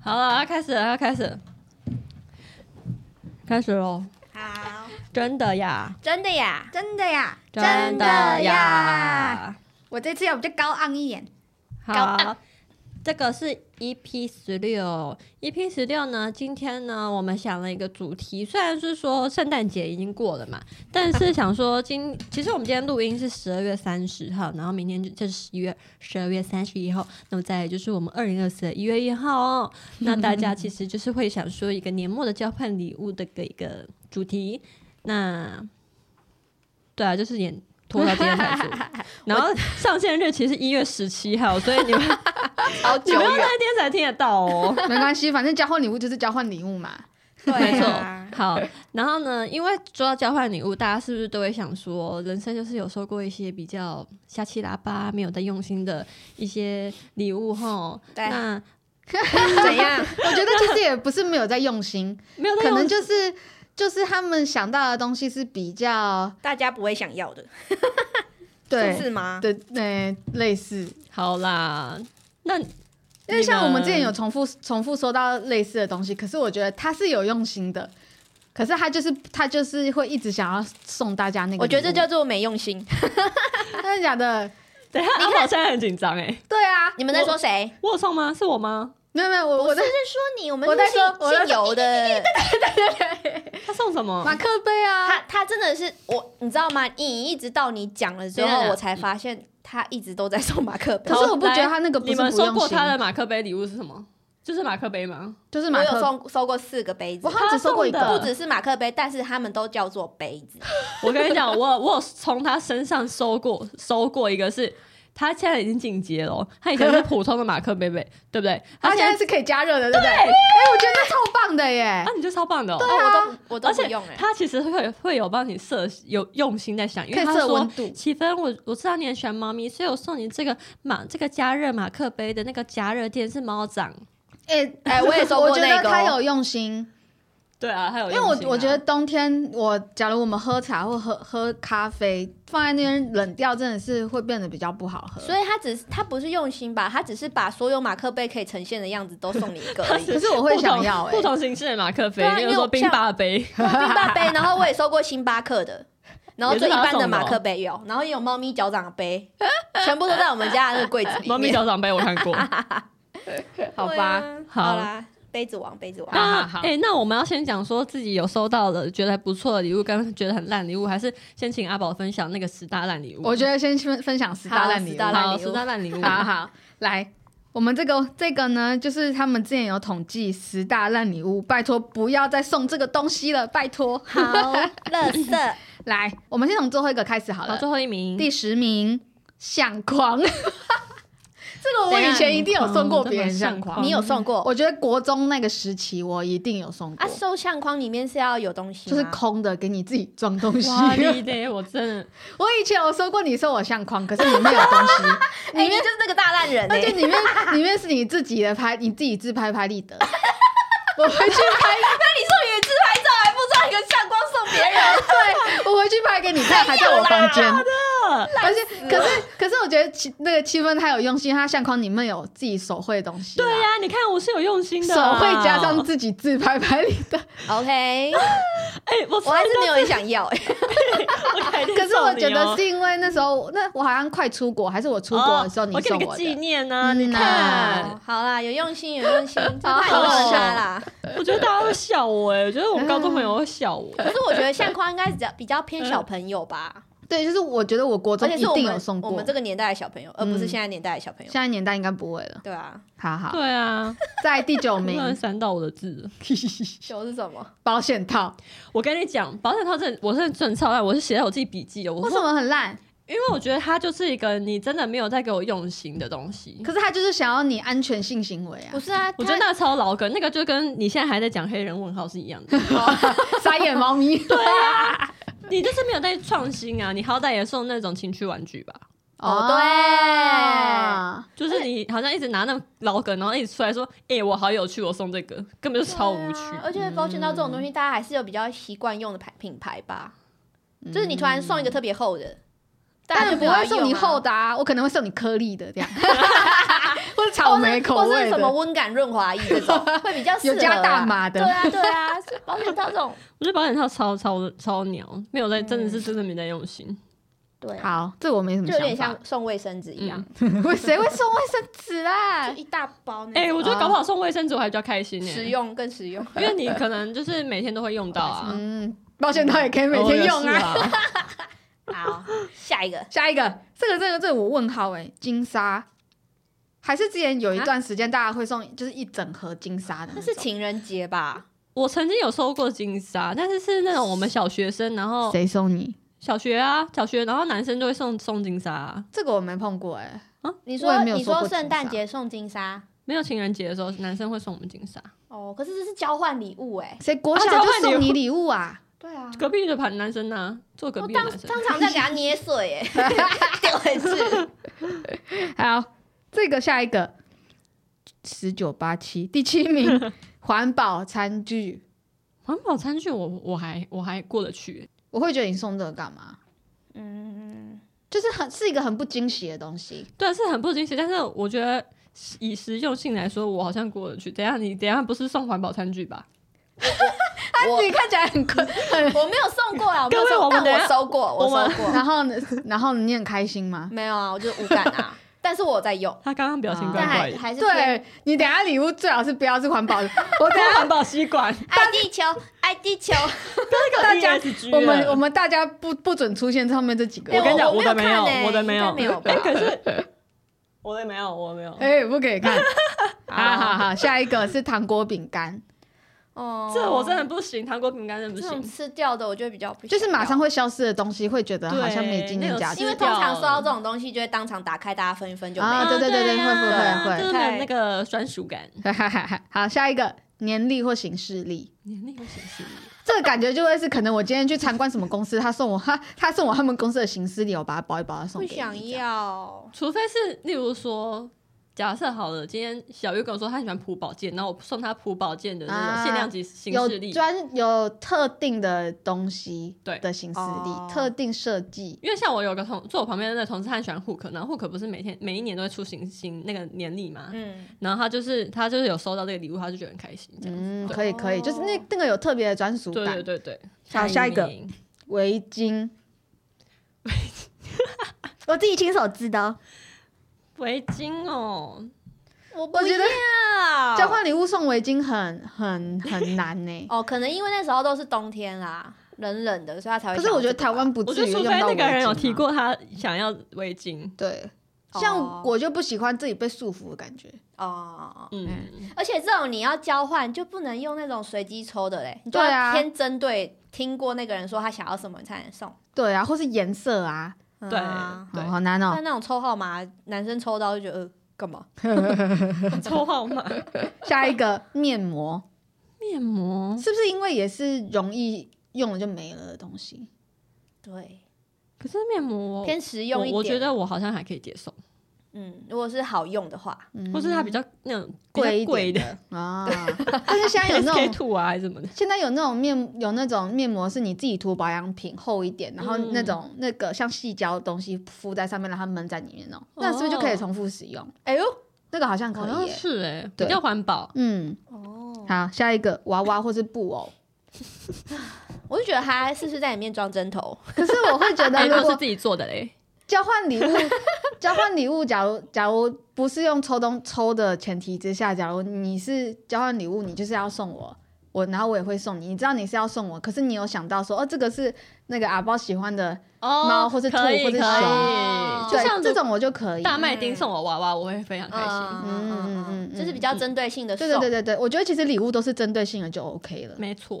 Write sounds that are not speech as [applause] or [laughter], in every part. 好了，要开始了，要开始了，开始喽！好，真的呀，真的呀，真的呀，！！我这次要比较高昂一点，高好，这个是 EP 十六，EP 十六呢，今天呢，我们想了一个主题，虽然是说圣诞节已经过了嘛，但是想说今，其实我们今天录音是十二月三十号，然后明天就就是十一月十二月三十一号，那么再来就是我们二零二四的一月一号哦，那大家其实就是会想说一个年末的交换礼物的一个一个主题，那对啊，就是演。啊拖到今 [laughs] 天才说，然后上线日期是一月十七号，所以 [laughs] 你们好你久们要远那一天才听得到哦。没关系，反正交换礼物就是交换礼物 [laughs] 嘛。没对错啊，好，然后呢，因为说到交换礼物，大家是不是都会想说，人生就是有收过一些比较瞎七喇叭、没有在用心的一些礼物吼？对那怎样？我觉得其实也不是没有在用 [laughs] 心，没有在可用能心，就是就是他们想到的东西是比较大家不会想要的，对是吗？的，呃，类似。好啦。那因为像我们之前有重复重复收到类似的东西，可是我觉得他是有用心的，可是他就是他就是会一直想要送大家那个。我觉得这叫做没用心。就真的假的？ [laughs] 等一下，阿宝现在很紧张哎，对啊，你们在说谁？我有送吗？是我吗？没有没有，我不我是在是说你，我们我在是姓说我在姓尤的，他送什么？马克杯啊，他他真的是我，你知道吗？你一直到你讲了之等一下后，我才发现他一直都在送马克杯可。是我不好觉得他那个不你是们不收用过心他，的马克杯礼物是什么？就是马克杯吗？就是我马有克，送收过四个杯子我，好像只收过一他送个的不只是马克杯，但是他们都叫做杯子。我跟你讲，我有我有从他身上收过收过一个是，他现在已经进阶了哦，他以前是普通的马克杯杯，对不对？它他现现在在是可以加热的，对不对？哎、我觉得这超棒的耶啊！，你就超棒的、哦，对哦啊我都而我都不且用哎，他其实会会有帮你设有用心在想，因可为以他设说温度奇芬，我我知道你很喜欢猫咪，所以我送你这个马这个加热马克杯的那个加热垫是猫掌。哎、哎我也收过我觉那得个哦他有用心，对啊，还有因用为心啊、我我觉得冬天我假如我们喝茶或喝喝咖啡放在那边冷掉，真的是会变得比较不好喝。所以他只是他不是用心吧？他只是把所有马克杯可以呈现的样子都送你一个 [laughs] 而已。可是我会想要哎、不同形式的马克杯，对啊比如因为说我冰像霸杯，冰霸杯，然后我也收过星巴克的，然后最一般的哦马克杯有，然后也有猫咪脚掌杯，全部都在我们家的那个柜子里面。猫咪脚掌杯我看 [laughs] 过。好对吧？啊好好啦，杯子王，杯子王。那好好好哎、那我们要先讲说自己有收到的觉得还不错的礼物，跟觉得很烂礼物，还是先请阿宝分享那个十大烂礼物？我觉得先分分享十大烂好十礼物。大烂好，礼物十大烂礼物，好好，来，我们这个这个呢，就是他们之前有统计十大烂礼物，拜托不要再送这个东西了，拜托。好，乐 [laughs] 色，来，我们先从最后一个开始好好，了。最后一名，第十名，相 [laughs] 框。这个我怎样以前一定有送过别人相相框框。你有送哦过？我觉得国中那个时期，我一定有送过，啊，收相框里面是要有东西就吗，是空的，给你自己装东西。哇，你得我真的， [laughs] 我以前有收过你送我相框，可是里面有东 [laughs] 西，哎，你就是那个大烂人而哎且。里面里面是你自己的拍，你自己自拍拍立得。 [laughs] 我回去那你送你自拍照，还不知道一个相框送别人？对，我回去拍给你看，还在我房间。而且，可是，可是，我觉得气那个气氛他有用心，他相框里面有自己手绘的东西啦。对呀、你看我是有用心的、啊手绘加上，自己自拍拍立 [laughs] 得。 [laughs] OK，哎、我我还是没有很想要哎、我改天 [laughs] 可是我送你觉得哦是因为那时候，那我好像快出国，还是我出国的时候哦你我给送你个我纪的。念呢、你嗯呐看，哦好啦，有用心，有 [laughs] 用心，这好太有好差啦。我觉得大家会笑我、哎，我觉得我高中朋友会笑 [laughs] 我，可是我觉得相框应该比较比较偏小朋友吧，对，就是我觉得我国中而且嗯一是我定有们送过。嗯我们这个年代的小朋友，而不是现在年代的小朋友现。在年代应该不会了。对啊，好 [laughs] 好，对啊，在第九突然名，闪到我的字了。 [laughs] 球是什么？保险套我跟你讲，保险套真的，我真的真的超烂，我是写在我自己笔记的。我为什说，么很烂？因为我觉得它就是一个你真的没有在给我用心的东西。可是他就是想要你安全性行为啊不，是啊，我觉得那超老梗，那个就跟你现在还在讲黑人问号是一样 [laughs] 的。傻眼猫咪。对啊你就是没有在创新啊！你好歹也送那种情趣玩具吧，哦就对是你好像一直拿那种老梗，然后一直出来说：“哎、我好有趣，我送这个，根本就它超无趣。对啊而嗯且保险套这种东西，大家还是有比较习惯用的牌品牌吧。就是你突然送一个特别厚的，大嗯家但是就不会送你没有要用啊 [laughs] 厚的啊，我可能会送你颗粒的这样，或者草莓口或味是什么的，温感润滑液这种，会比较适合有加大啦码的对啊，对啊，是保险套这种。我觉得保险套超超超鸟，没有在，啊真的是真的没在用心。对啊，好，这我没什么就有点想法。像送卫生纸一样，嗯会 [laughs] 谁会送卫生纸啊 [laughs] 就？一大包那种。哎、我觉得搞不好送卫生纸我还比较开心呢、啊实用 [laughs] 更实用。因为你可能就是每天都会用到 [laughs] 啊，嗯，保险套也可以 [laughs] 每天用哦。啊。也是啊 [laughs] 好，下一个下一个，这个这个这个我问号哎、金沙，还是之前有一段时间大家会送，就是一整盒金沙的那那种，是情人节吧？我曾经有收过金沙，但是是那种我们小学生，然后谁送你？小学啊，小学，然后男生就会送送金沙、啊，这个我没碰过哎、你我说也没有你收过说金圣诞莎节送金沙没有情人节的时候，男生会送我们金沙。哦，可是这是交换礼物哎。谁国啊交小就换礼物送你礼物啊？对啊，隔壁的盘男生呢、坐隔我壁的当男生，当场再给他捏碎 [laughs] 哎，丢 [laughs] 回去。 [laughs] 好，这个下一个十九八七第七名环保餐具，环保餐具我我还我还过得去、我会觉得你送这个干嘛？嗯，就是很是一个很不惊喜的东西。对，是很不惊喜，但是我觉得以实用性来说，我好像过得去。等一下你等一下不是送环保餐具吧？我你看起来很困，我没有送过啊，我没有各位我们送，但等一我下收过，我我收过。然后呢？然后你很开心吗？没有啊，我就是无感 [laughs] 啊，但是我有在用，他刚刚表情啊怪但怪还的，还嗯是偏对你等一下礼物最好是不要是环保的，我等一他下环保吸 [laughs] 管，爱地球，爱地球。大大家 ESG 我们了我们大家不不准出现上面这几个。哎我跟你讲，我的没没有有，看欸我的应该没有吧哎可是我的没有，我没有。哎、不可以 [laughs] 看。好好好，下一个是糖果饼干，哦 [laughs] 这我真的不行，糖果饼干真的这不种行。吃掉的，我就会比较不想就是马上要。会消失的东西，会觉得好像没今天价值对因那为种通常收到这种东西，就会当场打开，大家分一分就没啊了。对对对对啊会会啊会会就是没有那个专属感， [laughs] 好，下一个年历或行事历，年龄不显示。这个感觉就会是可能我今天去参观什么公司，他送我 [laughs] 他他送我他们公司的行事历，我把它包一包送不给你。想这样要，除非是例如说，假设好了，今天小月跟我说她喜欢朴宝剑，然后我送她朴宝剑的那啊种限量级形有式力，专有特定的东西对的行事哦历，特定设计。因为像我有个同坐我旁边的那个同事，他很喜欢 Hook，然后 Hook 不是每天每一年都会出行新那个年历嘛，嗯，然后他就是他就是有收到这个礼物，他就觉得很开心这样子。嗯，对可以可以，就是那那个有特别的专属对对感。对对，嗯好下一个名围巾，我自己亲手织的哦。围巾哦，我不我觉得要交换礼物送围巾很很很难呢、 [laughs] 哦，可能因为那时候都是冬天啦，冷冷的，所以他才会可想要这个是吧。我觉得台湾不我至就于除用非到那个人有围巾啊提，过他想要围巾，对，哦像我就不喜欢自己被束缚的感觉。哦，嗯，而且这种你要交换就不能用那种随机抽的嘞，你就对啊要先针对听过那个人说他想要什么，你才能送。对啊，或是颜色啊，嗯对啊哦对，好难哦。但那种抽号码，男生抽到就觉得呃干嘛？抽号码 [laughs] 下一个面膜， [laughs] 面膜，是不是因为也是容易用了就没了的东西？对，可是面膜我偏实用一点。我我觉，得我好像还可以接受，嗯，如果是好用的话，嗯或是它比较那种比较贵一贵点的 [laughs] 的啊。但是现在有那 SK 种。 two 啊还是什么的，现在有那种面有那种面膜是你自己涂保养品厚一点，然后嗯那种、那个像细胶的东西敷在上面，让它闷在里面哦，那是不是就可以重复使用？哎呦，那个好像可好像以耶、是哎，比对较环保，嗯，哦，好，下一个娃娃或是布 [laughs] 偶。我就觉得他是不是在里面装针头？可是我会觉得，哎如都是果自己做的嘞，交换 [laughs] 礼物，交换礼物，假如假如不是用抽东抽的前提之下，假如你是交换礼物，你就是要送我，我然后我也会送你。你知道你是要送我，可是你有想到说，哦，这个是那个阿包喜欢的，哦猫或是兔可以或是可以熊就对像这种我就可以。大麦丁送我娃娃，我会非常开心。嗯嗯嗯嗯嗯嗯嗯，就是比较针对性的送。对对对对对，我觉得其实礼物都是针对性的就 OK 了。没错，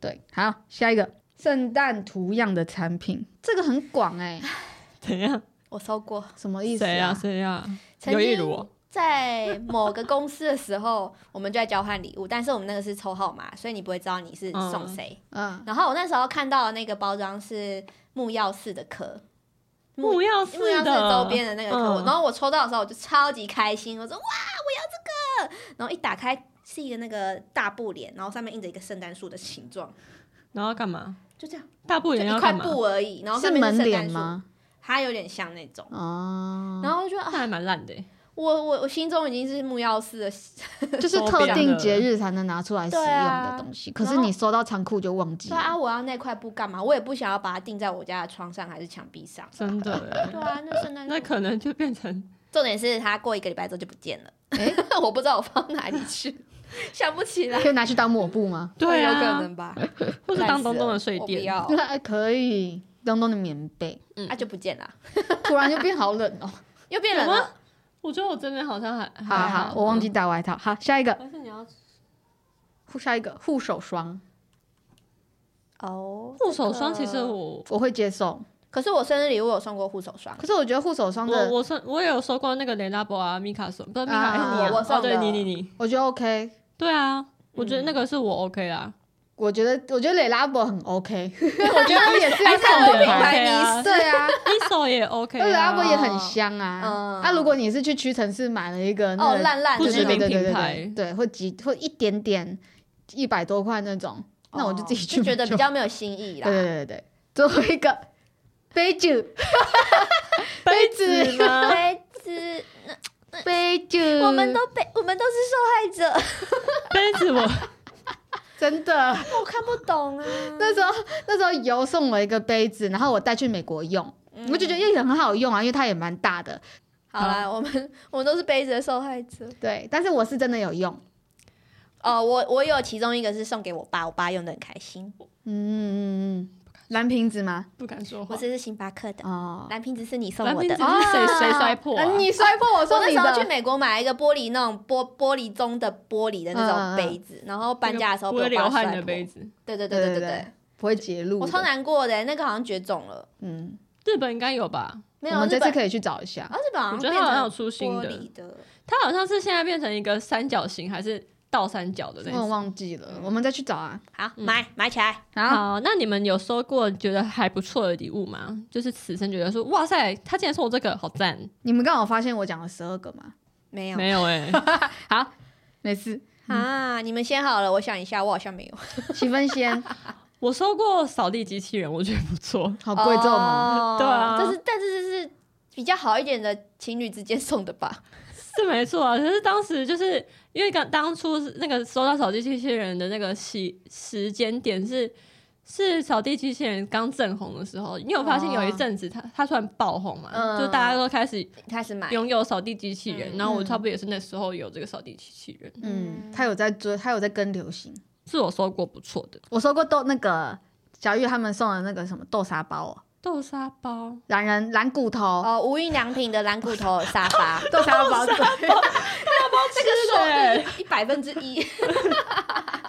对，好，下一个圣诞图样的产品，这个很广哎、 [laughs] 怎样？我收过，什么意思谁啊？谁啊？曾有一经如哦，在某个公司的时候，我们就在交换礼物，但是我们那个是抽号码，所以你不会知道你是送谁。嗯，然后我那时候看到的那个包装是木曜四的壳，木曜四木曜四哦的周边的那个壳，嗯然后我抽到的时候我就超级开心，我说哇，我要这个！然后一打开是一个那个大布帘，然后上面印着一个圣诞树的形状，然后干嘛？就这样，大布就帘要一块干嘛？布而已，然后是上面门圣脸诞树，吗？它有点像那种。哦，然后我就觉得那啊，还蛮烂的欸。我我我心中已经是木曜四的，就是手特表定的节日才能拿出来使用对啊的东西。可然是你后收到仓库就忘记对啊，了，我要那块布干嘛？我也不想要把它钉在我家的窗上还是墙壁上。真的对欸。啊，那圣诞那可能就变成重点是它过一个礼拜之后就不见了，诶 [laughs] 我不知道我放哪里去， [laughs] 想不起来，可以拿去当抹布吗？对有可啊，能吧，或是当东东的睡我不垫，要，那 [laughs] 可以当当的棉被，它嗯啊就不见了，突然就变好冷 [laughs] 哦。又变冷了。我觉得我这边好像还好还好，我忘记带外套。好，下一个，还是你要护下一个护手霜，哦，护手霜？这其个实我我会接受。可是我生日礼物有送过护手霜，可是我觉得护手霜我的，我是我也有收过那个雷拉博啊，米卡送，不是米卡，啊哎你啊我我哦送的对你你你，我觉得 OK。对啊，我觉得那个是我 OK 啦，我觉得，我觉得蕾拉博很 OK，我觉得 [laughs] 他也是要送还是品有品牌，牌迷对啊，一手也 OK 那蕾拉博啊，也很香啊。嗯那如果你是去屈臣氏买了一个那哦，个烂烂对的不对知那名对对种，对品对牌对，或几或一点点，一百多块那种，那我就自己去哦就觉得买比较没有新意啦。哦对 [laughs] 对对对对，最后一个杯酒，杯子，吗？杯子，杯酒，我们都被我们都是受害者，杯子 [laughs] 我真的。我看不懂啊。那时候那时候游送我一个杯子，然后我带去美国用，我就觉得嗯也很好用啊，因为它也蛮大的。好啦，我们我们都是杯子的受害者。对，但是我是真的有用。哦，我我有其中一个是送给我爸，我爸用的很开心。嗯嗯嗯，蓝瓶子吗？不敢说话我。这是星巴克的，哦，蓝瓶子是你送蓝我瓶的子。是谁谁摔破啊啊？你摔破我我送那你时候去的。美国买一个玻璃那种玻玻璃中的玻璃的那种杯子，然后搬家的时候不被会我爸流摔汗的破。杯子，对对对对对对对对对，，不会截录的。我超难过的，那个好像绝种了，嗯，日本应该有吧？没我有们日这次本，可以去找一下啊。日本好我像觉变得它好像有成出新玻的，璃的，它好像是现在变成一个三角形还是倒三角的我那嗯也种。忘记了，我们再去找啊。好买买起来，好，啊好，那你们有收过觉得还不错的礼物吗？就是此生觉得说，哇塞，他竟然送我这个，好赞！你们刚好发现我讲了十二个吗？没有没有哎、 [laughs] 好，没事，啊？你们先好了，我想一下，我好像没有，七分先，我收过扫地机器人，我觉得不错。好贵重哦哦。对啊这是但是这是比较好一点的情侣之间送的吧？是没错啊，可是当时就是因为刚当初那个收到扫地机器人的那个时时间点是是扫地机器人刚正红的时候，你有发现有一阵子它它突然爆红嘛，哦嗯就大家都开始 [laughs] 开始买，拥有扫地机器人，嗯然后我差不多也是那时候有这个扫地机器人，嗯，他有在追，他有在跟流行。是我收过不错的我收过豆那个小玉他们送的那个什么豆沙包哦，豆沙包，懒人懒骨头、哦，无印良品的蓝骨头沙 [laughs] 发，豆沙包、这个数一百分之一。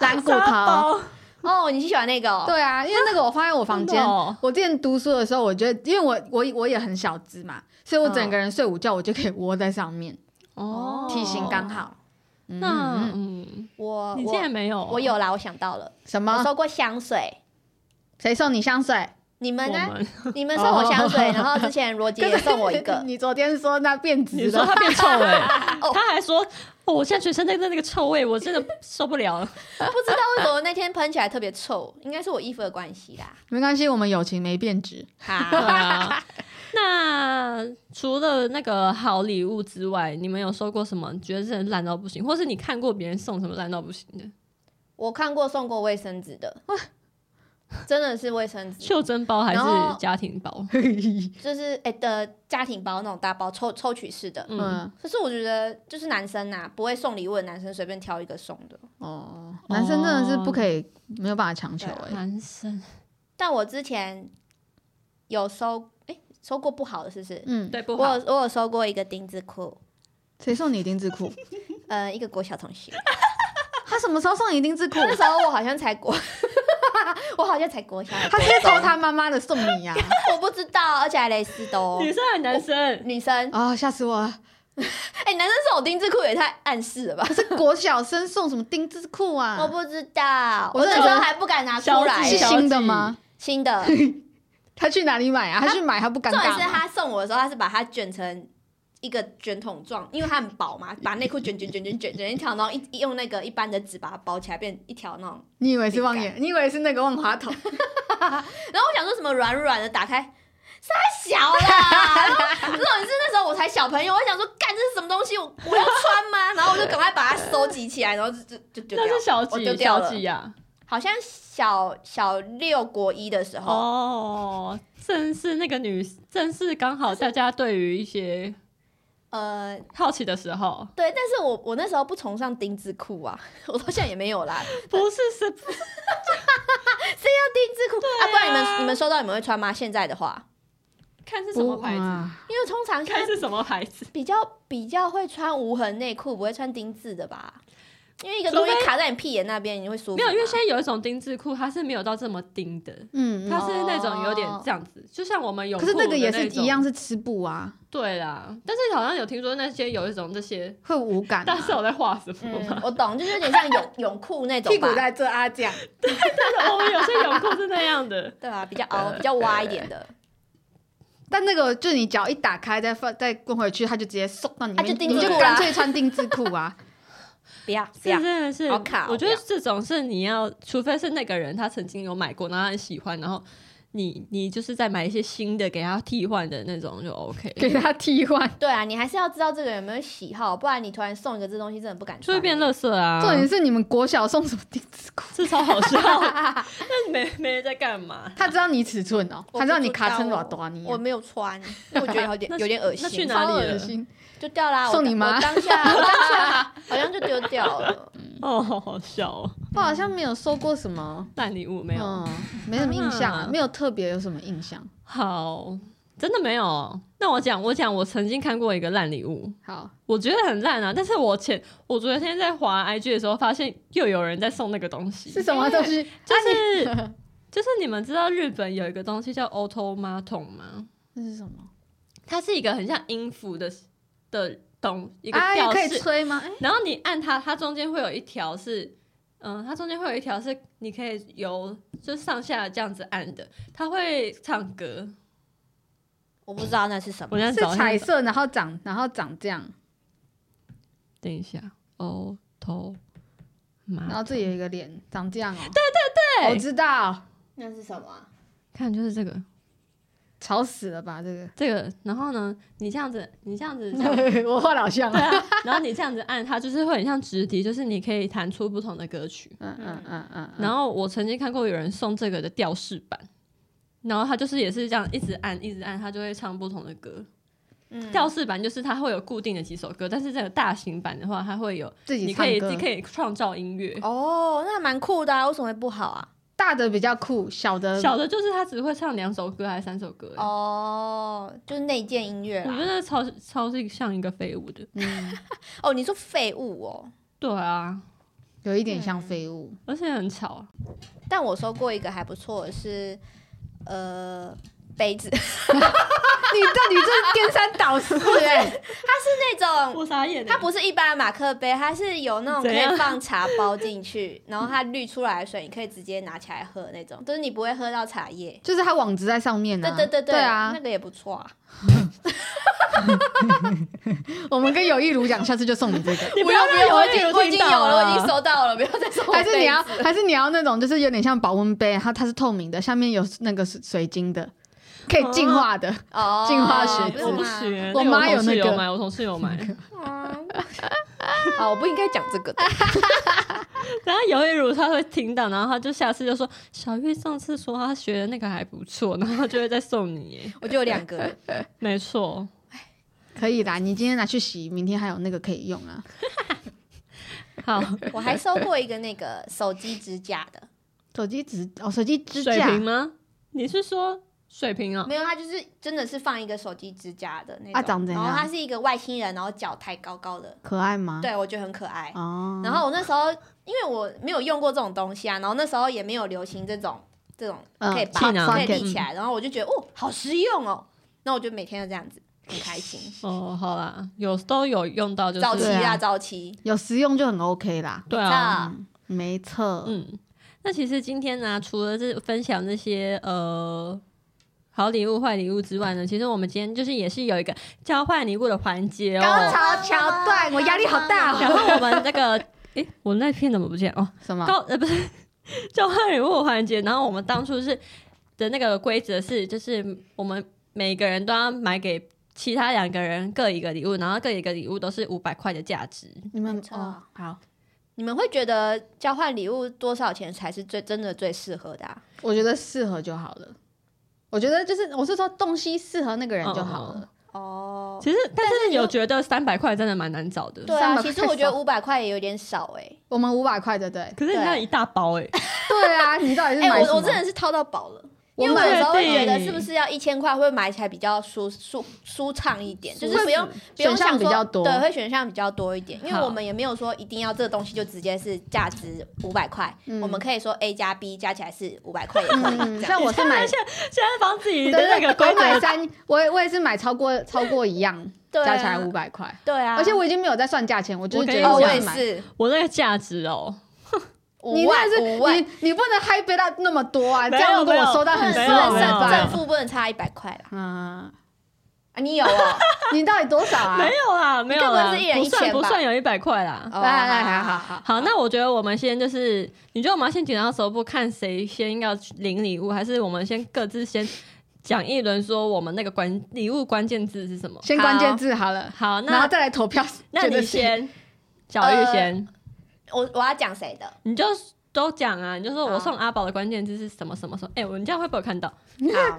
懒骨头。 [laughs] 哦，你是喜欢那个、哦？对啊，因为那个我放在我房真间的哦。我之前读书的时候，我觉得，因为我我我也很小只嘛，所以我整个人睡午觉我就可以窝在上面，哦，体型刚好。嗯那嗯嗯嗯，我你我竟然没有？我有啦，我想到了，什我么？收过香水。谁送你香水？你我们呢？们，你们送我香 [laughs] 水，然后之前罗杰也送我一个，你昨天说那变你质说了，它变臭了， [laughs] 哦他还说，哦，我现在全身在那那个臭味，我真的受不 [laughs] 了了。不知道为什么那天喷起来特别臭，应该是我衣服的关系啦。没关系，我们友情没变 [laughs] 质。对哈，啊，那除了那个好礼物之外，你们有收过什么觉得真的烂到不行，或是你看过别人送什么烂到不行的？我看过送过卫生纸的，真的是卫生纸，袖珍包还然后是家庭包？嗯就是哎的家庭包那种大包抽抽取式的。嗯，嗯，可是我觉得，就是男生呐、不会送礼物的男生随便挑一个送的。哦，男生真的是不可以，没有办法强求哎。男生但我之前有收，哎、收过不好的，是不是？嗯，对不我好，有我有收过一个丁字裤，谁送你丁字裤？呃，一个国小同学。 [laughs] 他什么时候送你丁字裤？那时候我好像才国， [laughs] 我好像才国小， [laughs] 他是偷他妈妈的送你啊 [laughs] 呀、我不知道，而且还蕾丝的哦女。生还是男生？女生，啊！吓死我了！哎、男生送我丁字裤也太暗示了吧？可是国小生送什么丁字裤啊？我不知道，我我那真的时觉候得还不敢拿出小来。是姐新的吗？新的， [laughs] 他去哪里买啊？他去买他不尴重点尬是吗？他送我的时候，他是把它卷成一个卷筒状，因为它很薄嘛，把内裤卷卷卷卷卷卷一条，然后一一用那个一般的纸把它包起来，变一条那种。你以为是望眼？你以为是那个万花筒？然后我想说什么软软的，打开小啦。然后重点是那时候我才小朋友，我想说，干这是什么东西？我我要穿吗？然后我就赶快把它收集起来，然后就就就丢掉那。是小我丢几掉小了几啊呀？好像小小六国一的时候，哦，正是那个女，正是刚好大家对于一些呃，好奇的时候，对，但是我我那时候不崇尚丁字裤啊， [laughs] 我到现在也没有啦。不是是丁字裤啊不然你们你们收到你们会穿吗？现在的话，看是 [laughs] 什么牌子，哇因为通常现看在是什么牌子。比较比较会穿无痕内裤，不会穿丁字的吧？因为一个除东非西卡在你屁眼那边，你会舒服吗。没有，因为现在有一种丁字裤，它是没有到这么丁的，嗯，它嗯是那种有点这样子，就像我们有。可是那个也是一样。是吃布啊，对啦，但是好像有听说那些有一种这些，会无感但啊。是我在画什么嗯吗？，我懂，就是有点像 [laughs] 泳泳裤那种 [laughs] 屁吧，股，在这啊，这样但是 [laughs] 我们有些泳裤是那样的对啊吧？比较啊凹、比较挖一点的，但那个就是你脚一打开，再放再滚回去，它就直接送到你啊面，就丁你字就裤干啦脆穿丁字裤啊。不要不是要真。的是好卡哦我觉得不这种是你要，除非是那个人他曾经有买过，然后他很喜欢，然后你你就是再买一些新的给他替换的那种就 OK， [laughs] 给他替换。对啊，你还是要知道这个人有没有喜好，不然你突然送一个这东西，真的不敢就穿。会变垃圾啊。 [laughs] 重点是你们国小送什么丁字裤？是超好笑的， [laughs] 但没没人在干嘛。他知道你尺寸 [laughs] 哦，我不他知道你卡称知道多哦大你我啊，没有穿，因为我觉得有点那有点恶心。那去哪超里恶了？心。就掉啦，我送当你妈我当下，我当下好像就丢掉了。嗯哦，好好笑哦，我好像没有收过什么，烂礼物没有。嗯，没什么印象啊啊，没有特别有什么印象。好，真的没有。哦那我讲，我讲，我曾经看过一个烂礼物，好，我觉得很烂啊。但是我前我昨天在滑 IG 的时候，发现又有人在送那个东西， [laughs] 是啊什么东西？就是、就是你们知道日本有一个东西叫 automaton 吗？那 [laughs] 是什么？它是一个很像音符的的东一个啊，也吊可以饰，吹吗？哎然后你按它，它中间会有一条是，嗯，它中间会有一条是你可以由就上下这样子按的，它会唱歌。我不知道那是什我么，现在是找一下彩色，然后长，然后长这样，等一下，哦，头然麻，后这里有一个脸，长这样哦。对对对我知道，那是什么？看就是这个吵死了吧这个这个，然后呢，你这样子，你这样子这样，子，？我画老像对了。啊，然后你这样子按它，就是会很像直笛，就是你可以弹出不同的歌曲。嗯嗯嗯嗯。然后我曾经看过有人送这个的吊饰版。然后它就是也是这样一直按一直按，它就会唱不同的歌。嗯吊饰版就是它会有固定的几首歌，但是这个大型版的话，它会有自己你唱可以歌你可以创造音乐。哦，那还蛮酷的啊，为什么会不好啊？大的比较酷，小的小的就是它只会唱两首歌还是三首歌、欸哦，就是内建音乐我觉啦。得超超是像一个废物的。嗯，哦，你说废物哦，对啊，有一点像废物。而且很吵。但我收过一个还不错的是，呃，杯 [laughs] 子，你到底这颠三倒四 [laughs] 哎！那种我傻眼、它不是一般的马克杯，它是有那种可怎样以放茶包进去，然后它滤出来的水你可以直接拿起来喝那种，就是你不会喝到茶叶。就是它网子在上面呢、对啊。对对对，啊那！个也不错啊。我们跟有意如讲，下次就送你这 [laughs] 个。你不要用不用，我已让有经人我已经有听到了，啊我已经收到了，不要再送我还是你杯要，子还是你要那种，就是有点像保温杯，它它是透明的，下面有那个水水晶的，可以净化的。哦净化学不子我用不啊学，我那个妈有同事那个有买，我同事有买。啊，啊我不应该讲这个的。然后尤一如他会听到，然后他就下次就说：“小玉上次说他学的那个还不错，然后就会再送你耶。我就有两 [laughs] 个，” [laughs] 没错。可以啦，你今天拿去洗，明天还有那个可以用啊。好，我还收过一个那个手机支架的，手机支哦，手机支水架平吗？ [laughs] 你是说水平啊？没有，它就是真的是放一个手机支架的那种。啊长怎样啊然后它是一个外星人，然后脚抬高高的，可爱吗？对我觉得很可爱。哦，然后我那时候因为我没有用过这种东西啊，然后那时候也没有流行这种这种嗯可以气拔、囊可以 Socket 立起来，然后我就觉得哦，好实用哦。那我就每天都这样子，很开心。哦，好啦，有都有用到，就早期是对啊啊，早期。有实用就很 OK 啦。对啊，没错，嗯，那其实今天呢、除了这分享这些呃好礼物、坏礼物之外呢，其实我们今天就是也是有一个交换礼物的环节高哦。潮桥段，我压力好大哦。然后我们那个，诶、我那片怎么不见哦？什么？高呃不是 [laughs] 交换礼物的环节。然后我们当初是的那个规则是，就是我们每个人都要买给其他两个人各一个礼物，然后各一个礼物都是五百块的价值。你们没错哦，好，你们会觉得交换礼物多少钱才是最真的最适合的、啊？我觉得适合就好了。我觉得就是我是说东西适合那嗯个人就好了。哦，其实，但是有觉得三百块真的蛮难找的。对300啊，块其实我觉得五百块也有点少哎、欸。我们五百块对不对？可是你那一大包哎、 [laughs] 对啊，你到底是哎、买什么？我我真的是掏到宝了。我因为我买有时候会对觉得是不是要一千块会买起来比较舒舒舒畅一点，就是不用不用选项想比说较多对，会选项比较多一点，因为好我们也没有说一定要这个东西就直接是价值五百块，嗯我们可以说 A 加 B 加起来是五百块也可以 [laughs] 这样。嗯，像我 [laughs] 是买现在 [laughs] 现在帮自己的对那对个规对，我买则，三，我也我也是买超过超过一样，对啊加起来五百块。对啊，而且我已经没有在算价钱，我就是我觉跟得你哦，讲我这也样买。是我那个价值哦，你五万五那是万，你你不能 h 背到那么多啊！没这有样如果没我有收到很失没有望没怎有么正正办？负不能差一百块啦。嗯，啊，你有哦，你到底多少啊？没有啦，没有啦，你根本是一人不算1000吧不算有一百块啦。哦来来来，好好好， [laughs] 好，那我觉得我们先就是，你觉得我们要先剪刀石头布看谁先要领礼物，还是我们先各自先讲一轮，说我们那个关礼物关键字是什么？先关键字好了，好，然后那再来投票。那觉得你谁，先，小玉呃先， [laughs] 我我要讲谁的？你就都讲啊，你就说我送阿宝的关键字是什么什么什么？哎、我们这样会不会有看到？好，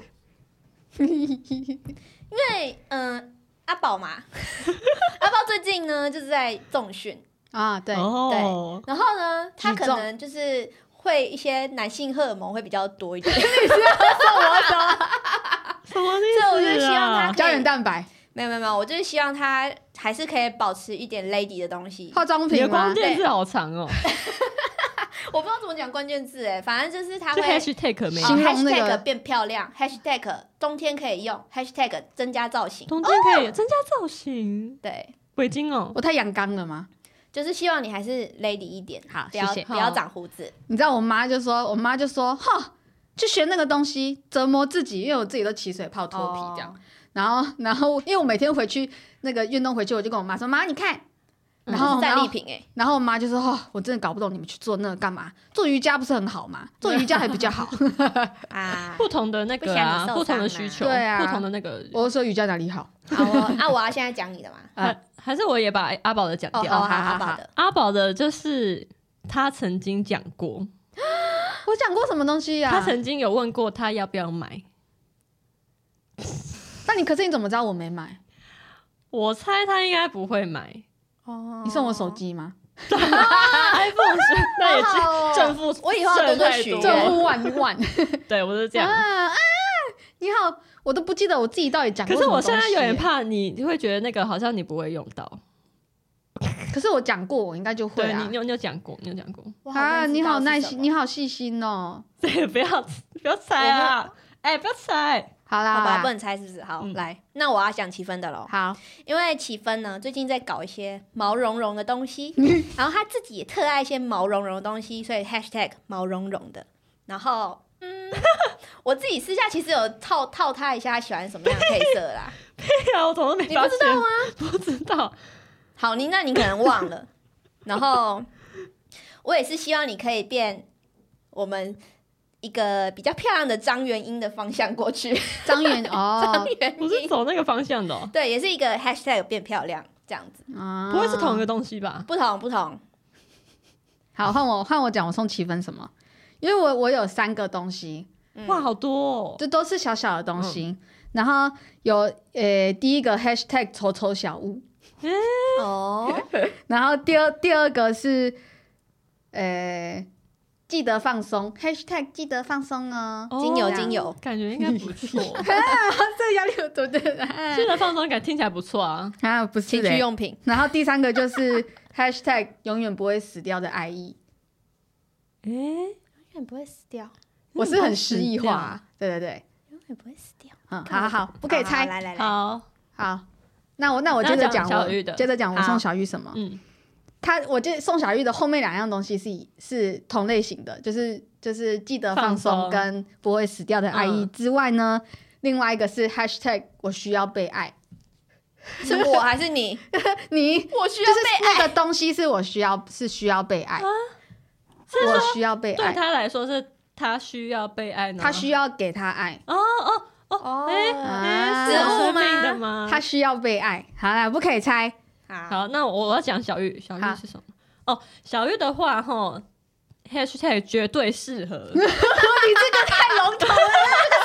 因为嗯、阿宝嘛， [laughs] 阿宝最近呢就是在重训， [laughs] 啊，对，哦，然后呢，他举可重能就是会一些男性荷尔蒙会比较多一点， [laughs] 什么意啊所以我就希望他可以胶原蛋白、没有没有没有，我就是希望他还是可以保持一点 lady 的东西。化妆你的品吗关？键字好长哦，我不知道怎么讲关键字哎，反正就是他就会 hashtag 没哦有，形容那个 hashtag 变漂亮，hashtag 冬天可以用，hashtag 增加造型。中间可以增加造型，对，围巾哦。我太阳刚了吗？就是希望你还是 lady 一点，好不要谢谢不要长胡子。你知道我妈就说，我妈就说， [laughs] 哈，去学那个东西折磨自己，因为我自己都起水泡脱哦皮这样。然后，然后因为我每天回去那个运动回去，我就跟我妈说，妈你看，嗯然后是战然利后品哎、然后我妈就说，哦，我真的搞不懂你们去做那个干嘛？做瑜伽不是很好吗？做瑜伽还比较 [laughs] 好。啊！不同的那个啊，不不同想的你受伤需啊求，对啊不同的那个，我就说瑜伽哪里好？好哦，那我要现在讲你的嘛。还还是我也把阿宝的讲啊哦，掉。好好好好好好好的，阿宝的就是他曾经讲过，我讲过什么东西啊呀、他曾经有问过他要不要买，那你可是你怎么知道我没买？我猜他应该不会买哦你送我手，机吗？ iPhone，是 [laughs] 那也啊好好哦是正负，我以后要多多正太许愿多这了不万万对我哦 [laughs] 是这样。啊啊！你好，我都不记得我自己到底讲过可什是么我东西现耶。在有点怕，你会觉得那个好像你不会用到。可是我讲过，我应该就会对啊你，。你有你有讲过，你有讲过。 [laughs] 我像知啊，道你好是耐什心，么你好细心哦。对，不要不要猜啊！哎，不要猜。 [laughs] 好啊啦，好吧，啦不能猜是不是？好，嗯来，那我要讲奇芬的喽，好，因为奇芬呢最近在搞一些毛茸茸的东 [laughs] 西，然后他自己也特爱一些毛茸茸的东西，所以 hashtag 毛茸茸的。然后，嗯， [laughs] 我自己私下其实有套套他一下，他喜欢什么样的配色啦。对啊，我怎么都没你发不现知？道吗？不知道。好，你那你可能忘了。然后我也是希望你可以变我们一个比较漂亮的张元英的方向过去。张元 [laughs] 张哦，元我是英走那个方向的哦，对，也是一个 hashtag 变漂亮这样子，不不会是同一个东西吧？不同不同。好，换我换我讲，我送七分什么？因为我我有三个东西，嗯哇，好多哦！这都是小小的东西。然后有呃，第一个 hashtag 丑丑小物，哦，然后第二第二个是呃，记得放松 hashtag 记得放松哦。哦精油精油，感觉应该不错。 [laughs] 这压力有多大现在放松感听起来不错啊。 [laughs] 啊，不是情嘞趣用品然后第三个就是 hashtag 永远不会死掉的爱意，哎，永远不会死掉，我是很诗意化啊，对对对，永远不会死掉，嗯，好好好，不不可以猜，来来来，好，好，那我那我接着讲那讲我小玉的接着讲我好送小玉什么？嗯，他我记得送小玉的后面两样东西是以是同类型的，就是就是记得放放松松跟不会死掉的爱意嗯之外呢，另外一个是 hashtag 我需要被爱，是我还是你？你。我需就要是被啊那个东西是我需要，是需要被爱，我需要被对爱，他来说是他需要被爱呢。他需要给他爱，哦哦哦，哦，啊哎是有生命的啊吗？他需要被爱。好啦，不可以猜。好，好，那我要讲小玉，小玉好是什么？哦，小玉的话，吼 #hashtag 绝对适 [laughs] 合，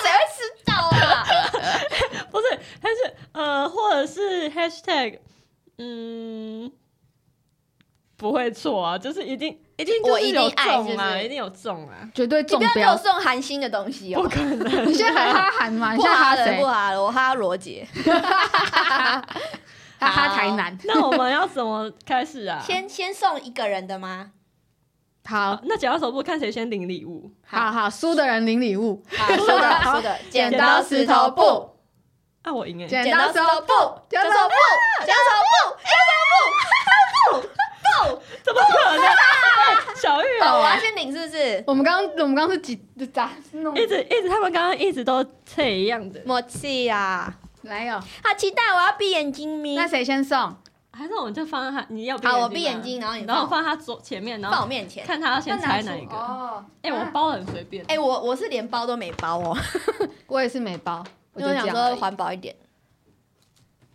谁会知道啊？不是，还是呃，或者是 #hashtag 嗯不会错啊，就是一定一定就我是一定有爱中啊，就是一定有中啊，绝对你中不要给我标。送寒心的东西哦不。可能。 [laughs] 你现在还哈韩啊吗？你不现在哈哈了，谁不？啊哈了，我哈罗杰。哈哈台南。那我们要怎么开始 [laughs] 啊？ [laughs] 先先送一个人的 [laughs] 吗？好好，那剪刀手部看谁先领礼物。好好，输的人领礼物。好，输的输 [laughs] 的，剪刀石头布，啊，我赢哎、剪剪刀石头布，剪剪刀刀石石头头布，剪刀石 [laughs] 怎么可能？哎小玉头布。哦，我哦要，先领是不是？我们刚我们刚刚是几咋弄？一直一直，他们刚刚一直都这一样的，默契啊！来哦。好期待，我要闭眼睛眯。那谁先送？还是我们就放在他，你要好，我吗闭眼，睛，然后你然后放放他左前面，然放我后面前。看他要先猜哪一个。哦，哎、我包很随便，哎，我我是连包都没包哦，我也是没包，我因就为我想这样说而已。环保一点。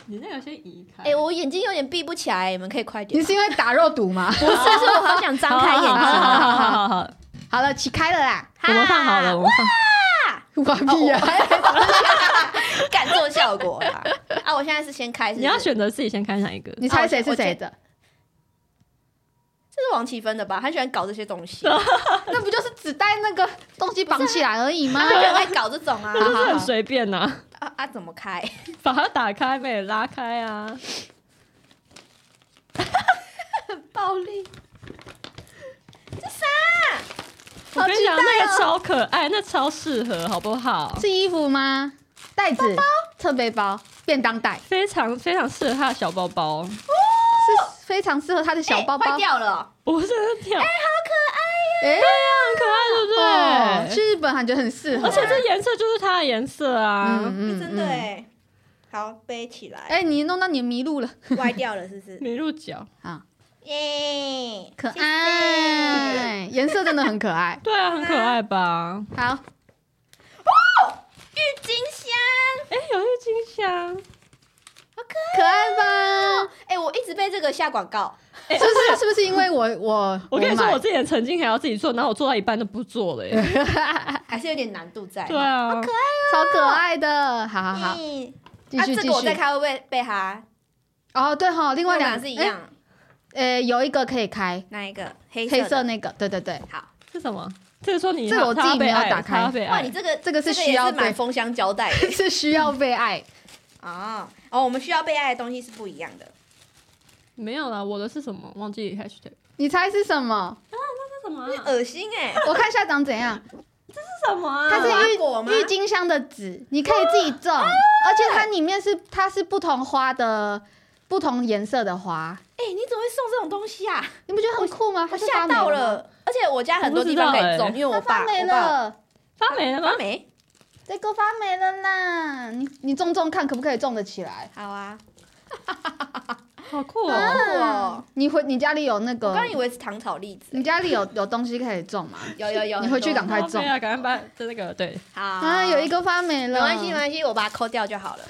你那个先移开。哎，我眼睛有点闭不起来，你们可以快你点。是因为打肉毒吗？ [laughs] 不是，是我好想张开眼好好睛。啊 [laughs] 好好好好，好了，起开了啦！我们放好了，我们放。瓜哦屁 [laughs] 啊哦呀！敢做效果啦！啊，我现在是先开始，你要选择自己先开哪一个？ [laughs] 你猜谁是谁的？哦这是王奇芬的吧？他喜欢搞这些东 [laughs] 西，那不就是只带那个东西绑起来而已吗 [laughs] 他？就会搞这 [laughs] 种啊。这就是好很好随便呐、啊啊，怎么开？把它打开呗，拉开啊。暴力！我跟你讲，那个超可爱，那超适合，好不好？是衣服吗？袋子、侧背包、便当袋，非常非常适合他的小包包，是非常适合他的小包哎包坏。掉了，不是那跳，哎、很可哎，爱，对哦不对？去日本感觉很适合。而且这颜色就是它的颜色啊。哦嗯真的。哎。好，背起来，哎，你弄到你迷路了， [laughs] 歪掉了是不是？迷路角，耶，哎可爱，颜色真的很 [laughs] 可爱。对啊，很可爱吧？好，郁金香。哎、有郁金香，可爱 [laughs] 吧？哎，我一直被这个下广告，哎、是不是？是不是因为我我我跟你说，买哎我之前曾经还要自己做，然后我做到一半都不做了耶。 [laughs] 还是有点难度在。对，啊，超可爱的，好好好，嗯继啊，续这继个我再续。开会不会被哈？哦，对哈，另另外两两个是一，样，哎呃，有一个可以开哪一个？黑黑色色的。那个，对对 [laughs] 对，是什么？这个说你这个我自己他要被没有爱打开他要被哇，爱你这个这个是也需要被买封箱胶带的 [laughs] 是需要被爱。啊。哦，我们需要被爱的东西是不一样的。没有啦，我的是什么？忘记 hashtag 你猜是什么？是什么、啊？恶心哎、我看一下长 [laughs] 怎样，是什么、啊？它是花嗯果吗郁郁金香的籽，你可以自己种，而且它里面是它是不同花的不同颜色的花， [laughs] 哎、你怎么会送这种东西啊？你不觉得很酷吗？它我是吓发霉到吗，了，而且我家很多地方可以种，我不知道欸因为我它爸发霉我爸了，发霉了吗发？霉。这个发霉了啦，你你种种看可不可以种得起来？好啊，好酷哦、啊哦，你回你家里有那我个？刚以为是糖炒栗子，你家里有有东西可以种吗？有有有，你回去赶很多快种对啊，赶快把这那个对，好啊！有一个发霉了，没关系没关系，我把它抠掉就 [laughs] 好了。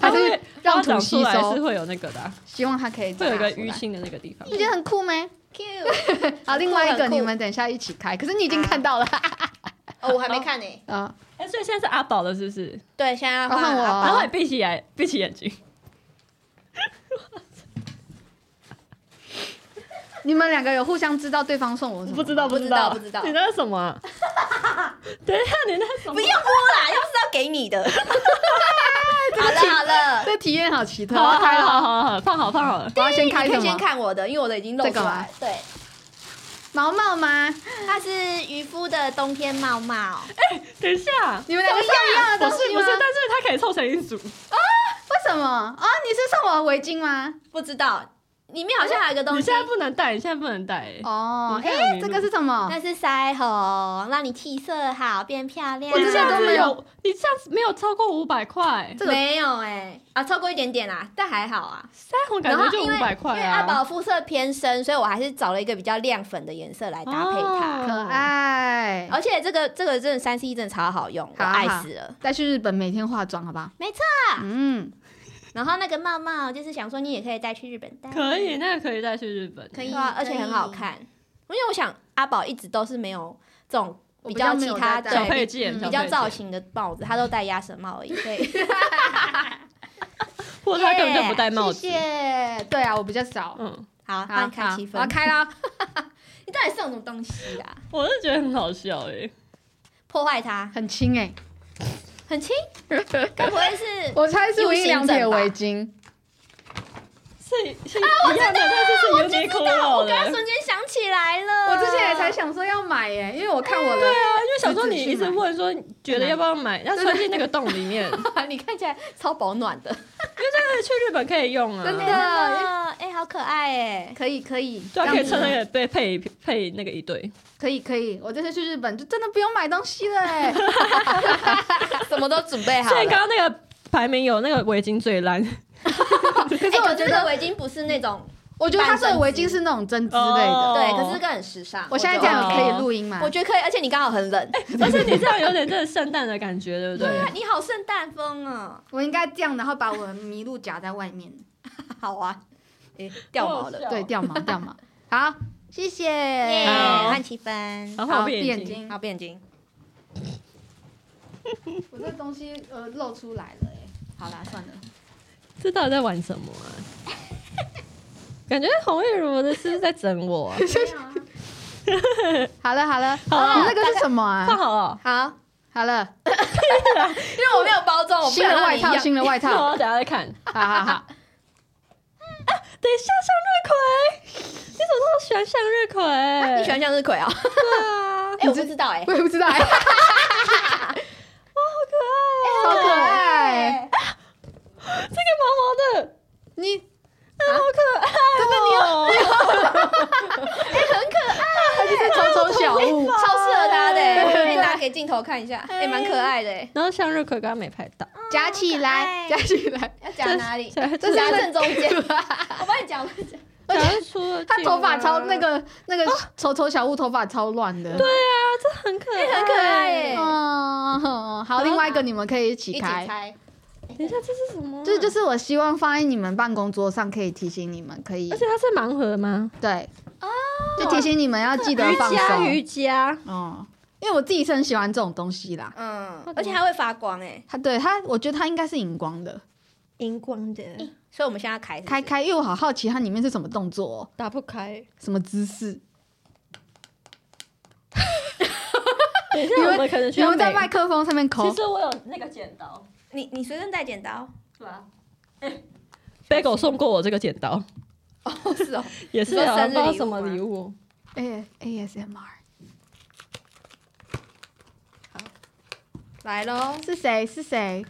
还因是为让它土长吸出来是收，会有那个的啊、希望它可以长会有一个出来淤，青的那个地方你。觉得很酷没？ Q，好，另外一个很酷你们等一下一起开，可是你已经看到了啊哦，我还没看呢、 [laughs] 啊！哎、所以现在是阿宝了，是不是？对，现在要啊换换我阿然后宝你闭起眼，闭起眼睛。你们两个有互相知道对方送我什么？不知道，不知知道，道不知道你那是什么啊？ [laughs] 等一下，你那是什么？不要播啦，又不是要给你的。 [laughs] 好了好了，这体验好奇特，好我要啊，开好好了，好好，放好放好了。我要先开你可什以先么？看我的，因为我的已经露这出个吗来。对，毛毛吗？它是渔夫的冬天帽帽。等一下，你们两个是一样的不东是西不吗？是，但是它可以凑成一组。为什么？啊，你是送我围巾吗？不知道，里面好像还有一个东你西现，在不能带，你现在不能带。欸哦你，看有哎、迷路这个是什么？那是腮红，让你气色好变漂亮。我之这前样都没子有有，你这样子没有超过五百块，这个没有哎、啊，超过一点点啦，但还好啊。腮红感然后觉就因五为百块因为阿啊。宝肤色偏深，所以我还是找了一个比较亮粉的颜色来搭配它。哦可爱。而且这个这个真的三 C 真的超好用，我好爱好死了。再去日本每天化妆，好不好？没错。嗯，然后那个帽帽就是想说你也可以带去日本戴，可以，那个可以带去日本。可以对啊，而且很好看。因为我想阿宝一直都是没有这种比较其他的对小配件，嗯小比较配造件，型的帽子，他都戴鸭舌帽而已，所以或者他根本 [laughs] 就不戴帽子谢。谢。对啊，我比较少。啊嗯，好，好，换开好气我要氛。开啦！你到底送什么东西啊？我是觉得很好笑哎。破坏它，很轻哎、[laughs] 很轻，该不会是？我猜是无印良品的围巾。是是啊一样的，但是是 Uniqlo 我的。刚刚瞬间想起来了，我之前也才想说要买耶、因为我看我他的，就想说你一直问说觉得啊要不要买，要穿进那个洞里 [laughs] 面，因想，你看起来超保暖的，为去日本可以用啊，真 [laughs] 的真的，哎，好可爱哎，可以可以，对啊，让可以你穿那个对配配那个一对，可以可以，我这次去日本就真的不用买东西了哎、什么都准备好 [laughs] 所以了。刚刚那个排名有那个围巾最 [laughs] 烂，可哎，是我可觉是得，这围巾不是那种，我觉得它这个围巾是那种针织类的。哦对，可是这个很时尚。我现在觉这得样 OK 可以录音吗？我觉得可以，而且你刚好很冷，而且你这样有点这个圣诞的感觉，对不对？哎啊你好圣诞风啊，我应该这样，然后把我的麋鹿夹在外面。 [laughs] 好啊，哎，掉毛了，对，掉毛掉毛。好，谢谢，好看气氛，然后好我闭眼眼睛，睛好，变眼睛，我这东西呃露出来了哎。好啦，算了。这到底在玩什么啊？ [laughs] 感觉洪玉茹的是不是在整我啊？ [laughs] 好了好了，好了你那个是什么放啊？好了，好，好了，因为我没有包装，我不新的想让外你一样套，新的外那我套。要等一下再看。好好好，等一下，向日葵，你怎么那么喜欢向日葵？你喜欢向日葵啊？啊？哎，我不知道哎，我也不知道哎。哇，好可爱，好可爱。啊哎这个毛毛的，你啊，好可爱哦！ [laughs] 真的，你它就是丑丑小物，超适合他的欸，可对以拿给镜头看一下，哎，蛮可爱的哎，然后向日葵刚刚没拍到，夹起来，夹起来。要夹哪里？这这夹正中 [laughs] 间，我帮你夹，我帮你夹。讲出了他进头发超来那，个那个丑丑小物头发超乱的，对啊，这很可爱，很可爱耶哦，好，另外一个你们可以一起哎一起开，猜， [laughs] 等一下，这是什么啊？这就是我希望放在你们办公桌上，可以提醒你们可以而且它是盲盒吗？对，就提醒你们要记得放松，伽，哦，因为我自己是很喜欢这种东西啦。嗯，而且它会发光哎，它对它，我觉得它应该是荧光的，荧光的，所以我们现在要开是不是开开，因为我好好奇它里面是什么动作、哦，打不开。什么姿势。等一你下，们我们可能需你要们在每麦克风上面抠其，实我有那个剪刀，你你随身带剪刀，对啊。哎，Bagel 送过我这个剪刀，哦是哦， [laughs] 也是你说啊生不知日道礼物什么吗礼物。哎，ASMR 来喽，是谁？是谁？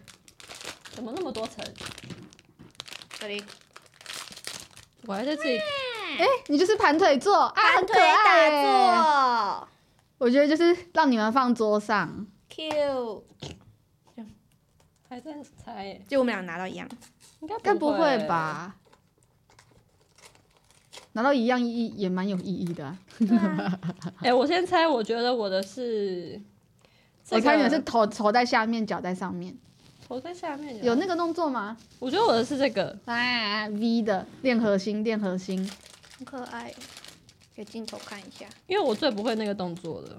怎么那么多层？这里我还在自己哎、你就是盘腿坐啊，盘很腿可爱打欸。坐我觉得就是让你们放桌上， ，Q，还在猜耶，就我们俩拿到一样，应该该不会？吧？拿到一样意义也蛮有意义的啊、哎，我先猜，我觉得我的是，我猜你们是头头在下面，脚在上面，头在下面有那个动作吗？我觉得我的是这个，啊，V 的练核心，练核 [laughs] 心，很可爱，给镜头看一下，因为我最不会那个动作的。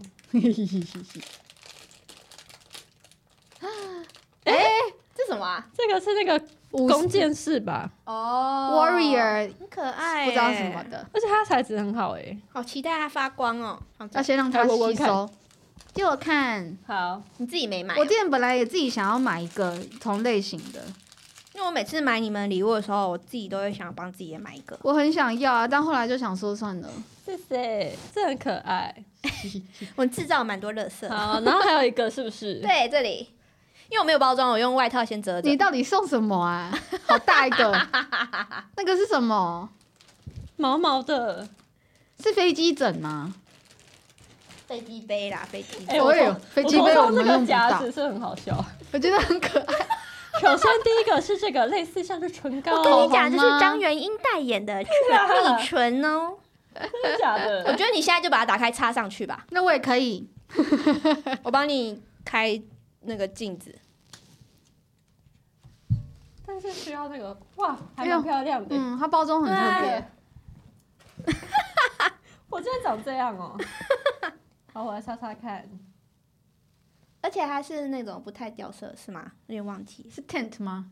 这什么啊？这个是那个武弓箭式吧？哦 warrior 很可爱，不知道什么，的，而且它材质很好哎、好期待它发光哦，好要先让它哎我我吸看收。借我看，好，你自己没买啊，我之前本来也自己想要买一个同类型的，因为我每次买你们礼物的时候，我自己都会想帮自己也买一个。我很想要啊，但后来就想说算 [laughs] 了。谢谢，这很可爱。我制造蛮多乐色。好，然后还有一个是不是？对，这里，因为我没有包装，我用外套先遮着 [laughs] 你。到底送什么啊？好大一个，那个是什么？毛毛的。是飞机枕吗？飞机杯啦，飞机哎、杯。我我也有头飞机杯我头我上们这个用不夹到子是很好 [laughs] 笑。我觉得很可爱。首先第一个是这个类似像是唇膏，我跟你讲，好这吗是张元英代言的唇蜜唇哦。真的假我 [laughs] 的？觉得你现在就把它打开插上去吧， [laughs] 那我也可以，我帮你开那个镜子。但是需要那个哇，还哎呦蛮漂亮的。嗯，它包装很特对别啊。 [laughs] 我真的长这样哦、 [laughs] 好，我来擦擦看。而且它是那种不太掉色，是吗？有点忘记。是 tent 吗？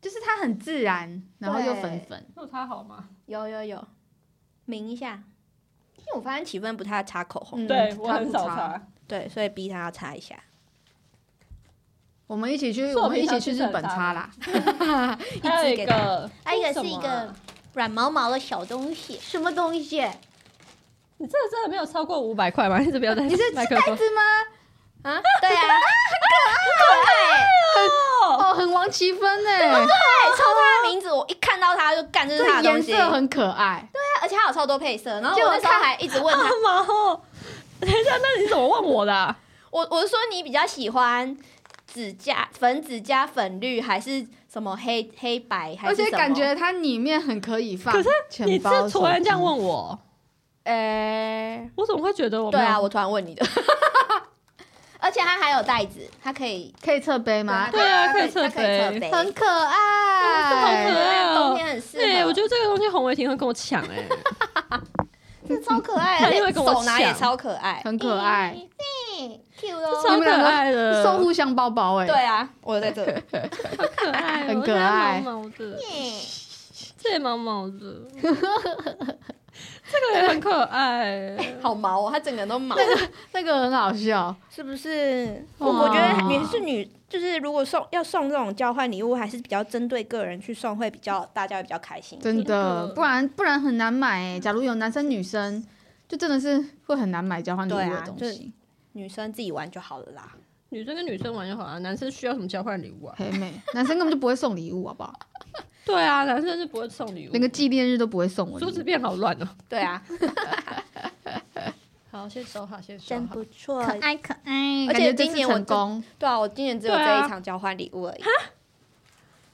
就是它很自然，然后又粉粉。有擦好吗？有有有，明一下。因为我发现启芬不太擦口红，嗯对我它很不少差擦。对，所以逼她要擦一下。我们一起去，是我我们一起平常去吃日的本擦啦。 [laughs] 还有一一支给个，还有一个这是一什么啊个软毛毛的小东西，啊什么东 [laughs] 西？你这个真的没有超过五百块吗？你怎么要在你是麦克风？是吗？啊，对啊，哦，很王奇芬 [laughs] 哎，对，抽它的名字，我一看到它就干，这是它的这颜东西，色很可爱。而且它有超多配色。然后就我我那时候还一直问他，毛哦！等一下，那你怎么问我的啊、我我说你比较喜欢指甲粉指甲粉绿还是什么黑黑白还啊而是什么？且感觉它里面很可以放。可是你是突然这样问我，呃，我怎么会觉得我没对有啊，我突然问你的。 [laughs] 而且它还有袋子，它可以可以侧背吗？对啊可以它侧可以侧背背，啊很可爱，可爱哦冬天很适合。对，我觉得这个东西洪伟霆会跟我抢哎、这超可爱，他而一定且会跟我手拿也抢超可爱，很可爱，嗯，Q 这哦。超你们可两个爱的，送互相包包哎。对，啊，我有在这里。可爱哦，很我可觉得爱毛毛的，嗯这也毛毛的，这个也很可爱、好毛哦，它整个人都毛，那个很好笑。是不是？我哇我觉得你是女，就是如果送要送这种交换礼物，还是比较针对个人去送，会比较大家会比较开心。真的的，不然不然很难买欸假如有男生女生，就真的是会很难买交换礼物对的啊东就西。女生自己玩就好了啦。女生跟女生玩就好了、男生需要什么交换礼物啊？黑妹，男生根本就不会送礼物，好 [laughs] 不好？对啊，男生是不会送礼物，连个纪念日都不会送我礼桌子物。变好乱哦、对啊，好，先收好，先收 [laughs] 真好。不错。可爱可爱感而且觉这今次年我成功对啊，我今年只有这对啊一场交换礼物而已。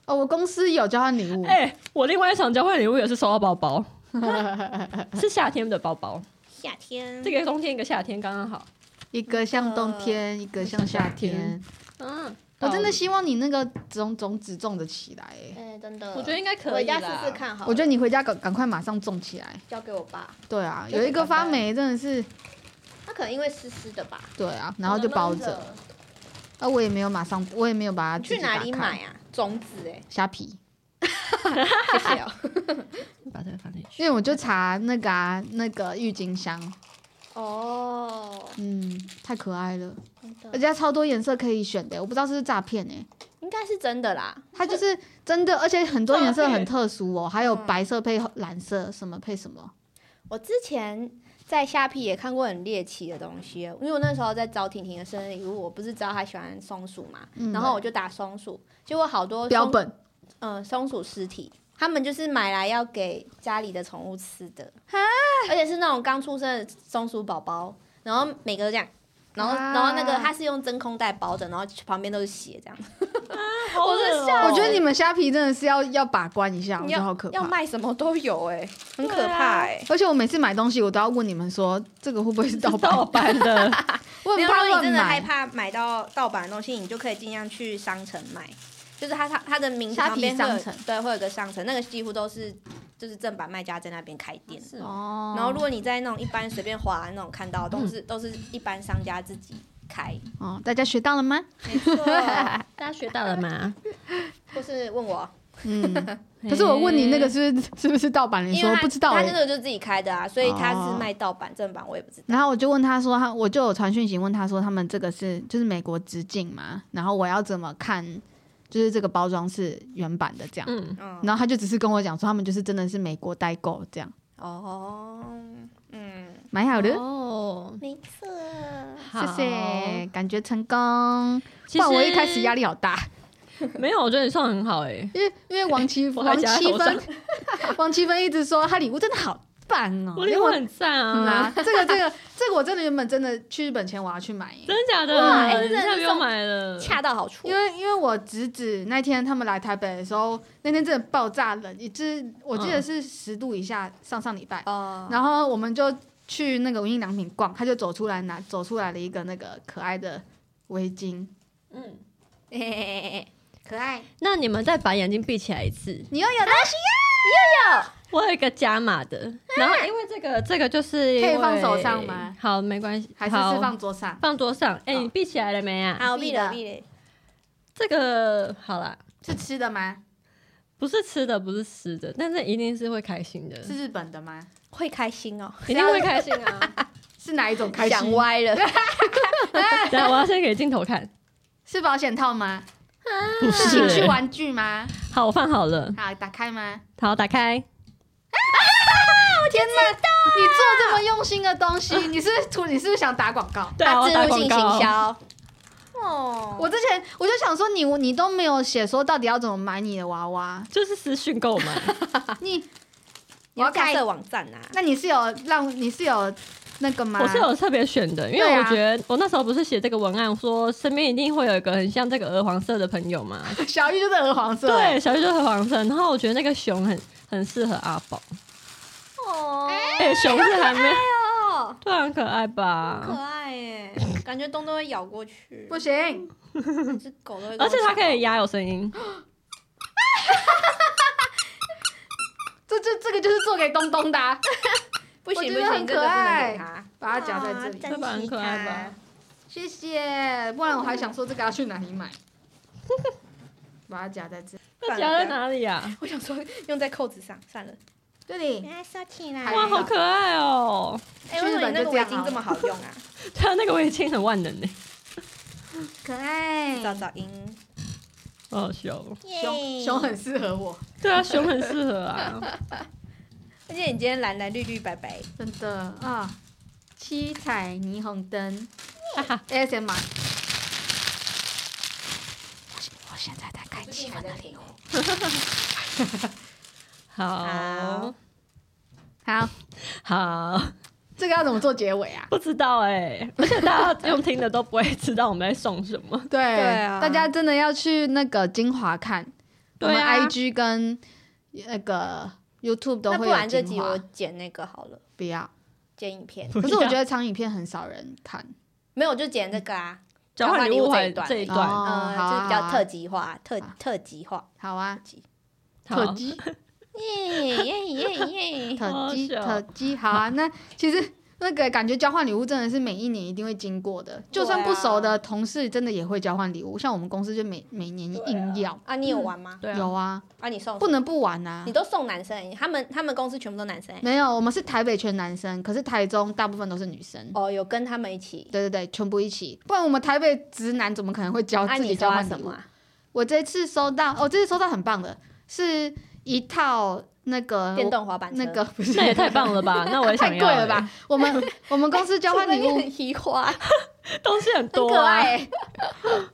哦，我公司有交换礼物，哎、我另外一场交换礼物也是收到包 [laughs] 包，是夏天的包包，夏天这个冬天一个夏天刚刚好。一个像冬天，一个像夏天。嗯，我真的希望你那个种种子种得起来欸，哎，真的，我觉得应该可以啦回家试试看好了。我觉得你回家赶赶快马上种起来。交给我爸，对啊，就有是一个发赶快霉真的是，他可能因为湿湿的吧。对啊，然后就包着。。啊，我也没有马上，我也没有把它去自己哪打里开买？啊？种子欸哎，虾皮。谢谢哦。把这个放进去。因为我就查那个啊，那个郁金香，哦，嗯，太可爱了，真的而且它超多颜色可以选的，我不知道是不是诈骗哎，应该是真的啦。它就是真的，而且很多颜色诈骗很特殊哦，还有嗯白色配蓝色，什么配什么，我之前在虾皮也看过很猎奇的东西，因为我那时候在找婷婷的生日礼物，我不是知道她喜欢松鼠嘛，嗯然后我就打松鼠，结果好多标松，本，嗯、松鼠尸体，他们就是买来要给家里的宠物吃的，而且是那种刚出生的松鼠宝宝，然后每个都这样。然后，啊然后那个它是用真空袋包的，然后旁边都是血，这样。我是笑我觉得你们虾皮真的是要要把关一下，我你觉得要好可要怕。卖什么都有、哎，很可对啊怕、哎、而且我每次买东西，我都要问你们说这个会不会是盗版？盗版的，我没很有，怕如果乱你真的害买。怕买到盗版的东西，你就可以尽量去商城买，就是它它它的名字虾皮旁边会有商城对，会有个商城，那个几乎都是就是正版卖家在那边开店。是哦哦嗯然后如果你在那种一般随便划那种看到，都是、都是一般商家自己 [laughs] 开，哦，大家学到 [laughs] 了吗？没错，大家学到了吗？或是问我，嗯，可是我问你那个是不是是不是盗版？你因说为他不知道他哎那。个就自己开的啊，所以他哦是卖盗版正版我也不知道。然后我就问他说，他我就有传讯息问他说，他们这个是就是美国直径嘛？然后我要怎么看，就是这个包装是原版的这样？嗯，嗯，然后他就只是跟我讲说，他们就是真的是美国代购这样，哦，嗯，蛮好的，哦，没错，谢谢，感觉成功。其不实然我一开始压力好大，没有，我觉得你算很好哎、 [laughs] 因为因为王奇我还王夹在七头上分王奇芬一直说她礼物真的好棒哦，我礼物很赞嗯啊， [laughs] 啊，这个这个这个我真的原本真的去日本前我要去买耶，真的假的？哇哎你现这在这不用买了，恰到好处因。为因为我侄子那天他们来台北的时候，那天真的爆炸冷，以致我记得是十度以下，上上礼拜，哦， [laughs] 然后我们就去那个无印良品逛，他就走出来拿走出来了一个那个可爱的围巾，嗯，嘿嘿嘿嘿哎嘿可爱。那你们再把眼睛闭起来一次，你又有的 [laughs] 我有一个加码的，然后因为这个这个就是因为可以放手上吗？好，没关系，还是好是放桌上，放桌上。哎、好你闭起来了没啊？好，必必的了必了。这个好啦，是吃的吗？不是吃的，不是吃的，但是一定是会开心的，是日本的吗？会开心哦，一定会开心啊！是哪一种开想心？歪 [laughs] [laughs] 了，等一下我要先给镜头看，是保险套吗？不是情趣玩具吗？ [laughs] 好，我放好了，好，打开 [laughs] 吗？好，打开。天哪！你做这么用心的东西，你是不是图你是不是想打广告？对啊，我植打入广性告行。销，哦，我之前我就想说你你都没有写说到底要怎么买你的 [laughs] 娃娃，就是私讯购买，你你要架设网站啊，那你是有让你是有那个吗？我是有特别选的，因为对啊我觉得我那时候不是写这个文案，说身边一定会有一个很像这个鹅黄色的朋友嘛，小玉就是鹅黄色，对，，小鱼就是黄色，然后我觉得那个熊很很适合阿宝，哦，哎、熊是还没，哦，对啊，很可爱可吧？爱耶，感觉东东会咬过去，不行，整只狗都会，而且它可以，压有声音，这这这个就是做给东东 [laughs] 的啊、不行我不觉得很行，这个不可能爱给它，把它夹在这里。啊对吧？很可爱吧？谢谢，不然我还想说这个要去哪里 [laughs] 买，把它夹在这它夹在哪里啊？我想说用在扣子上，算了。这里。来收起还哇，好可爱哦！哎，为什么你那个围巾这么好用啊？它那个围巾很万能呢，可爱找找音，好好笑哦。熊熊很适合我，对啊，熊很适合啊。而且你今天蓝蓝绿绿白白，真的啊！七彩霓虹 [laughs] 灯，ASMR。我我现在在看气氛的礼物。好好好，好，这个要怎么做结尾啊？不知道哎，而且大家用听的都不会知道我们在送什么。对，啊大家真的要去那个精华看，我对们啊 IG 跟那个 YouTube 都那会不有然这精集华我。剪那个好了，不要，剪影片，不可是我要觉得长影片很少人看。没有我就剪这个啊，交换礼物还交这换礼物这一一段，哦呃，好啊就是比较特级化，特好啊特级化，好啊，好特辑，耶耶耶耶！特辑，好好笑特辑，好啊。那其实那个感觉交换礼物真的是每一年一定会经过的，就算不熟的同事真的也会交换礼物。像我们公司就每每年硬要，啊，你有玩吗？对有啊，啊，啊，你送不能不玩啊你。都送男生而欸已，他们他们公司全部都男生而已。欸没有，我们是台北全男生，可是台中大部分都是女生。哦，有跟他们一起。对对对，全部一起，不然我们台北直男怎么可能会教啊，哦自己你收交到换什礼物？么啊？我这次收到，哦，这次收到很棒的，是一套那个电动滑板车呃 [laughs] 那个不是那也太棒了 [laughs] 吧？那我也想太贵要欸了吧？？我们我们公司交换礼 [laughs] 这个物很奇花，东西欸很很多可啊，爱欸、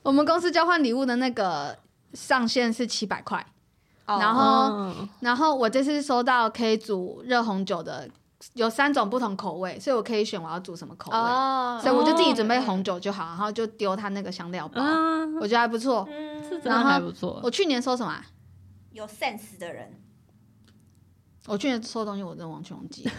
我们公司交换礼物的那个上限是七百块， [laughs] 哦然后嗯然后我这次收到可以煮热红酒的，有三种不同口味，所以我可以选我要煮什么口味，哦，所以我就自己准备哦，红酒就好，然后就丢它那个香料包，啊，我觉得还不错。这嗯，真的还不错。我去年收什么啊、有 sense 的人，我去年收东西我真的完全忘记了，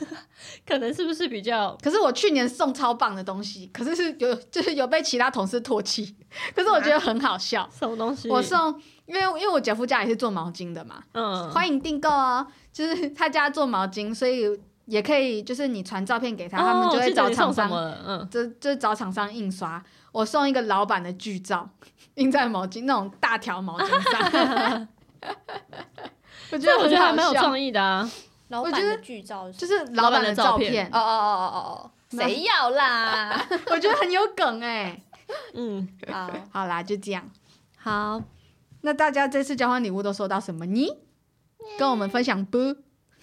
可能是不是比较可是我去年送超棒的东西，可是是有就是有被其他同事唾弃，可是我觉得很好笑。什么东西？我送，因为因为我姐夫家也是做毛巾的嘛，嗯，欢迎订购哦。就是他家做毛巾，所以也可以，就是你传照片给他，他们哦就我会记得找你厂送什商么，了？嗯，就就找厂商印刷。我送一个老板的剧照，印在毛巾那种大条毛巾 [laughs] 上。我觉这得我觉得还很蛮好有笑，创意的啊。老我板觉得的剧照是就是老板的照老板的片哦，哦哦哦哦，谁要 [laughs] 啦？我觉得很有梗哎。嗯，好，好啦，就这样。好，那大家这次交换礼物都收到什么呢？跟我们分享不？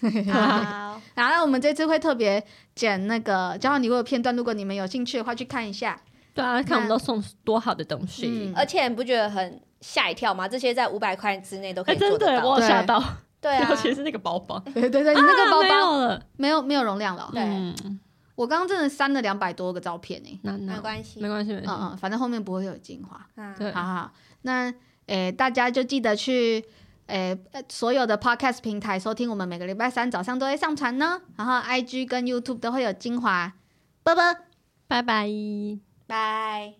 [laughs] 好，然后我们这次会特别剪那个交换礼物的片段，如果你们有兴趣的话，去看一下。对啊，看我们都送多好的东西。嗯，而且你不觉得很吓一跳吗？这些在五百块之内都可哎，以做真得的，到我有吓到，对啊尤，其是那个包包，对对对，你那个包啊没包有了，没有没有容量了哦。对嗯，我刚刚真的删了两百多个照片呢。那没那关系没，关系，没关系，嗯嗯，反正后面不会有精华。啊对好好，那诶，大家就记得去诶呃所有的 podcast 平台收听，我们每个礼拜三早上都会上传呢。然后 IG 跟 YouTube 都会有精华，啵啵。拜拜。拜。